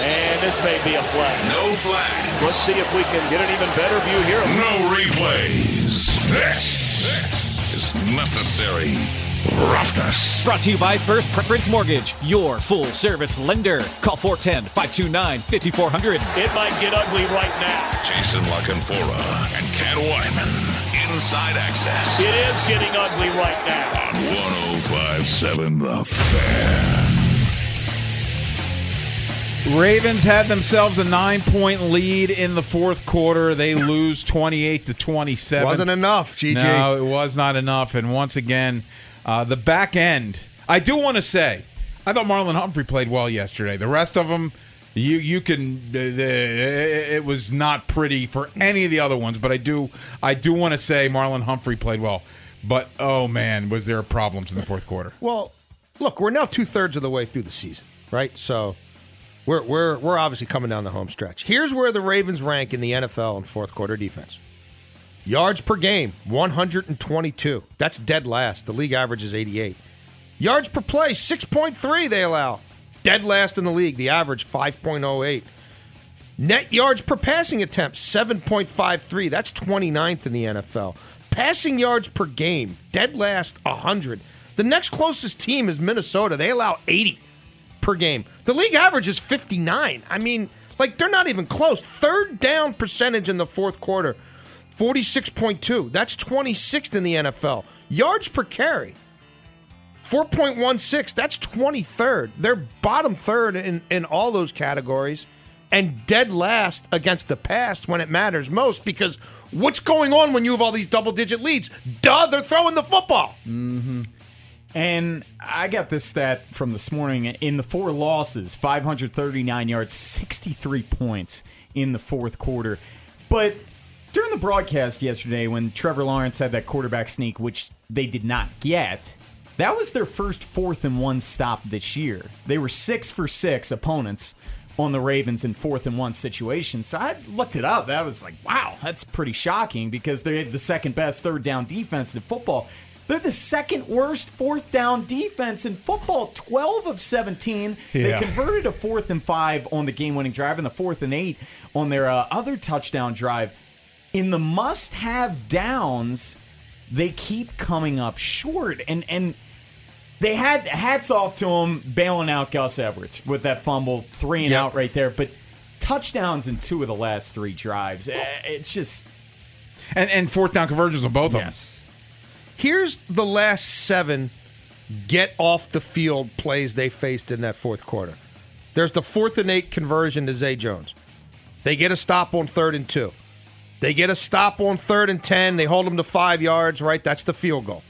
And this may be a flag. No flags. Let's see if we can get an even better view here. No replays. This is necessary. Roughness. Brought to you by First Preference Mortgage, your full service lender. Call 410 529 5400. It might get ugly right now. Jason LaCanfora and Ken Wyman. Inside access. It is getting ugly right now. On 1057 The Fan. Ravens had themselves a nine-point lead in the fourth quarter. They lose twenty-eight to twenty-seven. Wasn't enough, GG. No, it was not enough. And once again, uh, the back end. I do want to say, I thought Marlon Humphrey played well yesterday. The rest of them, you you can. uh, the- It was not pretty for any of the other ones, but I do I do want to say Marlon Humphrey played well. But oh man, was there problems in the fourth quarter? Well, look, we're now two thirds of the way through the season, right? So we're we're we're obviously coming down the home stretch. Here's where the Ravens rank in the NFL in fourth quarter defense. Yards per game, 122. That's dead last. The league average is 88. Yards per play, 6.3 they allow. Dead last in the league. The average 5.08. Net yards per passing attempt, 7.53. That's 29th in the NFL. Passing yards per game, dead last, 100. The next closest team is Minnesota. They allow 80 per game. The league average is 59. I mean, like, they're not even close. Third down percentage in the fourth quarter, 46.2. That's 26th in the NFL. Yards per carry, 4.16. That's 23rd. They're bottom third in, in all those categories and dead last against the pass when it matters most because what's going on when you have all these double digit leads? Duh, they're throwing the football. And I got this stat from this morning. In the four losses, 539 yards, 63 points in the fourth quarter. But during the broadcast yesterday, when Trevor Lawrence had that quarterback sneak, which they did not get, that was their first fourth and one stop this year. They were six for six opponents on the Ravens in fourth and one situations. So I looked it up. I was like, wow, that's pretty shocking because they had the second best third down defense in football. They're the second worst fourth down defense in football. 12 of 17. Yeah. They converted a fourth and five on the game winning drive and the fourth and eight on their uh, other touchdown drive. In the must have downs, they keep coming up short. And, and, they had hats off to him bailing out Gus Edwards with that fumble, three and Yep. out right there. But touchdowns in two of the last three drives. Eh, It's just And and fourth down conversions on both of them. yes. Here's the last seven get off the field plays they faced in that fourth quarter. There's the fourth and eight conversion to Zay Jones. They get a stop on third and two. They get a stop on third and 10. They hold them to five yards, right? That's the field goal.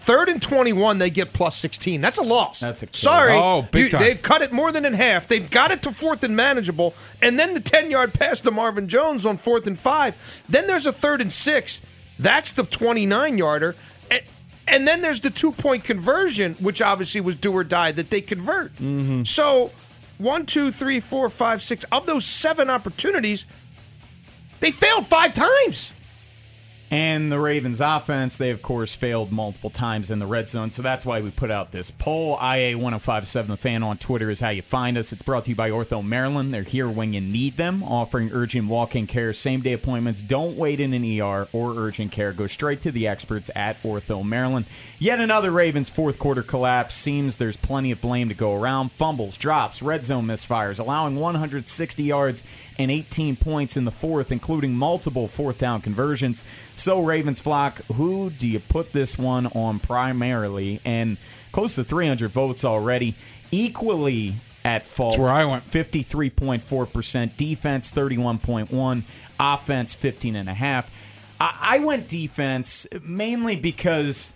Third and 21, they get plus 16. That's a loss. That's a kill. Sorry. Oh, big time. They've cut it more than in half. They've got it to fourth and manageable. And then the 10 yard pass to Marvin Jones on fourth and five. Then there's a third and six. That's the 29 yarder. And, and then there's the two point conversion, which obviously was do or die that they convert. So one, two, three, four, five, six. Of those seven opportunities, they failed five times. And the Ravens offense, they of course failed multiple times in the red zone. So that's why we put out this poll. IA 1057 the fan on Twitter is how you find us. It's brought to you by Ortho Maryland. They're here when you need them, offering urgent walk in care, same day appointments. Don't wait in an ER or urgent care. Go straight to the experts at Ortho Maryland. Yet another Ravens fourth quarter collapse. Seems there's plenty of blame to go around. Fumbles, drops, red zone misfires, allowing 160 yards and 18 points in the fourth, including multiple fourth down conversions. So, Ravens flock, who do you put this one on primarily? And close to 300 votes already. Equally at fault. That's where I went. 53.4%, defense 31.1, offense 15.5. I I went defense mainly because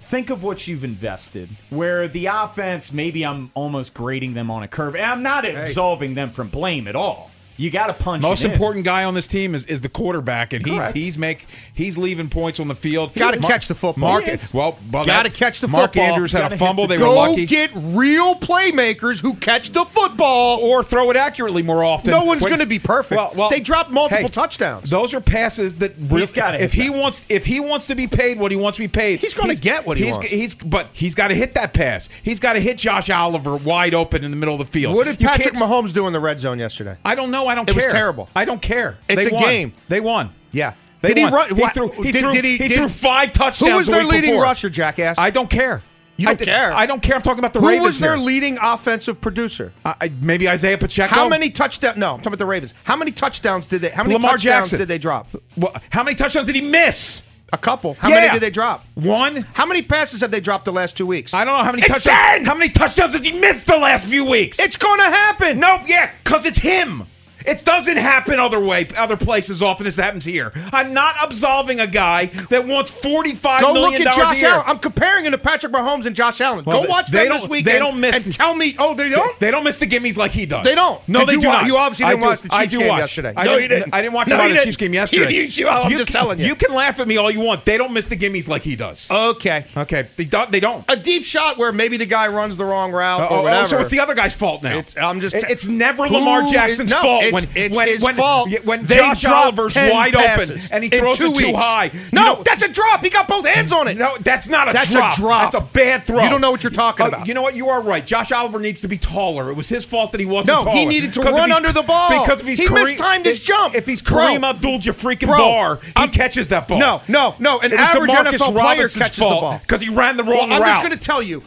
think of what you've invested. Where the offense, maybe I'm almost grading them on a curve. And I'm not absolving them from blame at all. You got to punch. Most it in. important guy on this team is, is the quarterback, and he's Correct. he's make he's leaving points on the field. Gotta Mark- catch the football. Mark, He is. well, well, Gotta that- catch the Mark football. Andrews had Gotta a hit fumble. the- They were Go lucky. get real playmakers who catch the football. or throw it accurately more often. No one's When- gonna be perfect. They dropped multiple touchdowns. Those are passes that really, He's gotta hit If he that. wants, if he wants to be paid what he wants to be paid, He's gonna get what he he's, wants. He's but he's got to hit that pass. He's got to hit Josh Oliver wide open in the middle of the field. What did You Patrick can't- Mahomes do in the red zone yesterday? I don't know. I don't It was care. terrible. I don't care. It's they a won. game. They won. Yeah. They did won. he run? He what- threw. He did, threw. did he, he, did- threw five touchdowns. Who was the their week leading before. rusher, jackass? I don't care. You I don't d- care. I don't care. I'm talking about the Who Ravens. was their here. Uh, leading offensive producer? I- I- maybe Isaiah Pacheco. How many touchdowns? No, I'm talking about the Ravens. How many touchdowns did they? How many Lamar touchdowns Jackson. did they drop? Well, how many touchdowns did he miss? A couple. How Yeah. many did they drop? One. How many passes have they dropped the last two weeks? I don't know how many It's touchdowns. 10! How many touchdowns has he missed the last few weeks? It's gonna happen. no, yeah, because it's him. It doesn't happen other way, other places often as it happens here. I'm not absolving a guy that wants forty-five Go million look at dollars a Josh year. Allen. I'm comparing him to Patrick Mahomes and Josh Allen. Well, Go they- watch they them don't- this they weekend. don't miss- And tell me, oh, they don't. They don't miss the gimmies like he does. They don't. No, Did they you do wa- not. you obviously I didn't do- watch the I Chiefs do game watch. yesterday. I No, didn't, you didn't. I didn't watch a No, lot you of the didn't. Chiefs game yesterday. You- you- I'm just can- telling you. You Uh, can laugh at me all you want. They don't miss the gimmies like he does. Okay. okay, they don't. They don't. A deep shot where maybe the guy runs the wrong route Oh, or oh, whatever. so it's the other guy's fault now. It's- I'm just- It- It's never Who Lamar is- Jackson's no, fault it's- when it's when his when, fault. yeah, when They Josh dropped Oliver's 10 wide passes open and he in throws two it too weeks. high. No, You know- that's a drop. He got both hands on it. No, that's not a That's a drop. drop. That's a bad throw. Uh, You don't know what you're talking about. You know what? You are right. Josh Oliver needs to be taller. It was his fault that he wasn't No, he taller. needed to 'Cause if run he's- under the ball. Because if he's He Kareem- mistimed his if- jump. If he's Bro. Kareem Abdul-Jabbar Bro, bar, he I'm- catches that ball. No, no, no. An It was average DeMarcus NFL player Robinson's catches the ball. because he ran the wrong Well, I'm route. just going to tell you,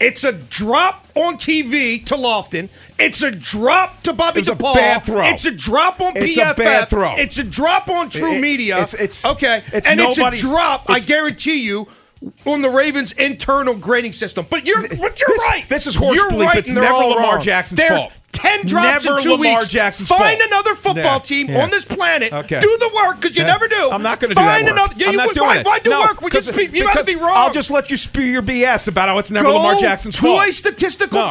it's a drop on TV to Lofton. It's a drop to Bobby It was a DePaul. bad throw. It's a drop on It's a PFF. bad throw. It's a drop on True It- it- Media. it's- it's- okay, it's and it's a nobody's- drop. I it's- guarantee you. On the Ravens' internal grading system, but you're but you're This- right. this is horse You're bleep. right It's and they're never all Lamar wrong. Jackson's There's fault. Ten drops Never in two Lamar weeks. Jackson's Find fault. another football Yeah, team yeah. on this planet. Okay. Do the work because you Yeah. never do. I'm not going to do that Find work. another. Yeah, I'm you, not would- doing why, it. Why do No, work when you 'cause- speak? You got to because be wrong. I'll just let you spew your BS about how it's never Go Lamar Jackson's to fault. a statistical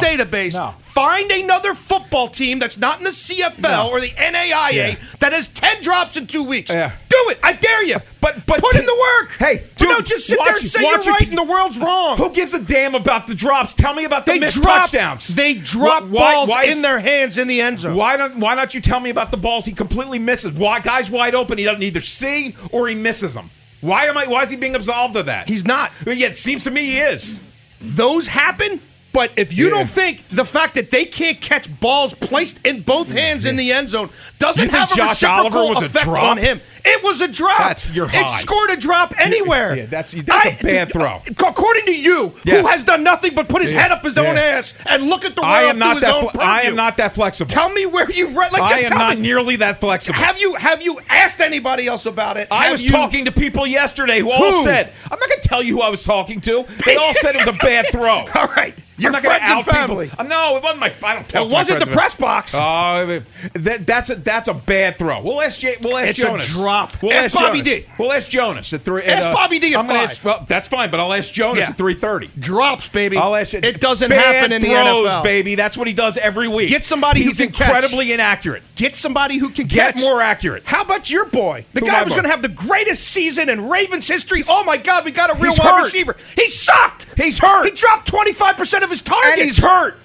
No. database. No. Find another football team that's not in the CFL No. or the NAIA Yeah. that has ten drops in two weeks. Yeah. Do it. I dare you. But but put t- in the work. Hey, But dude, don't just sit why there don't and you- say why you're don't you right t- and the world's wrong. Who gives a damn about the drops? Tell me about the they missed drop touchdowns. They drop Wh- why- balls why is- in their hands in the end zone. Why don't Why not you tell me about the balls he completely misses? Why guys wide open? He doesn't either see or he misses them. Why am I? Why is he being absolved of that? He's not. But yet, it seems to me he is. those happen. But if you Yeah. don't think the fact that they can't catch balls placed in both hands in the end zone doesn't You think have a Josh reciprocal Oliver was a effect drop? on him, it was a drop. That's your It high. scored a drop anywhere. uh, yeah, that's- that's a bad throw. According to you, Yes. who has done nothing but put his Yeah, head up his yeah. own ass and look at the world I am not through his that. own fle- I purview. am not that flexible. Tell me where you've read. Like, just I am tell not me. nearly that flexible. Have you have you asked anybody else about it? I Have was you- talking to people yesterday who all Who? said, "I'm not going to tell you who I was talking to." They all said it was a bad throw. All right, your I'm not friends gonna and out people. family. Uh, no, it wasn't my. I don't tell. It wasn't the press box. Oh, I mean, that, that's a that's a bad throw. We'll ask. J, we'll ask It's a Jonas. drop. We'll Ask Bobby Jonas. D. We'll ask Jonas at three. at, uh, Ask Bobby D at I'm gonna five. ask- well, that's fine, but I'll ask Jonas Yeah. at three thirty. Uh, drops, baby. I'll ask you. It doesn't Bad happen in throws, the NFL, baby. That's what he does every week. Get somebody who He's can catch. incredibly inaccurate. Get somebody who can Get catch. more accurate. How about your boy? The Who guy my was boy? going to have the greatest season in Ravens history. Oh my God, we got a real He's wide hurt. receiver. He sucked. He's hurt. He dropped twenty five percent of his targets. And he's hurt.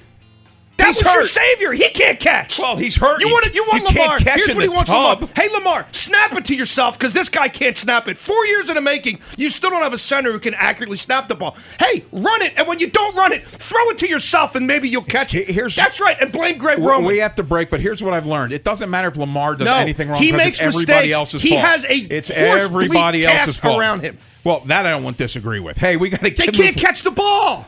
That He's was your hurt. savior. He can't catch. Well, he's hurt. You He- want you want you can't Lamar? catch Here's in what he the wants tub. Lamar. Hey Lamar, snap it to yourself because this guy can't snap it. Four years in the making, you still don't have a center who can accurately snap the ball. Hey, run it, and when you don't run it, throw it to yourself, and maybe you'll catch it. He- here's- that's right, and blame Greg We- Roman. We have to break, but here's what I've learned: it doesn't matter if Lamar does No, anything wrong. he because makes it's everybody mistakes. else's He fault. has a it's force bleed everybody cast else's fault around him. Well, that I won't disagree with. Hey, we got to. they can't catch the ball.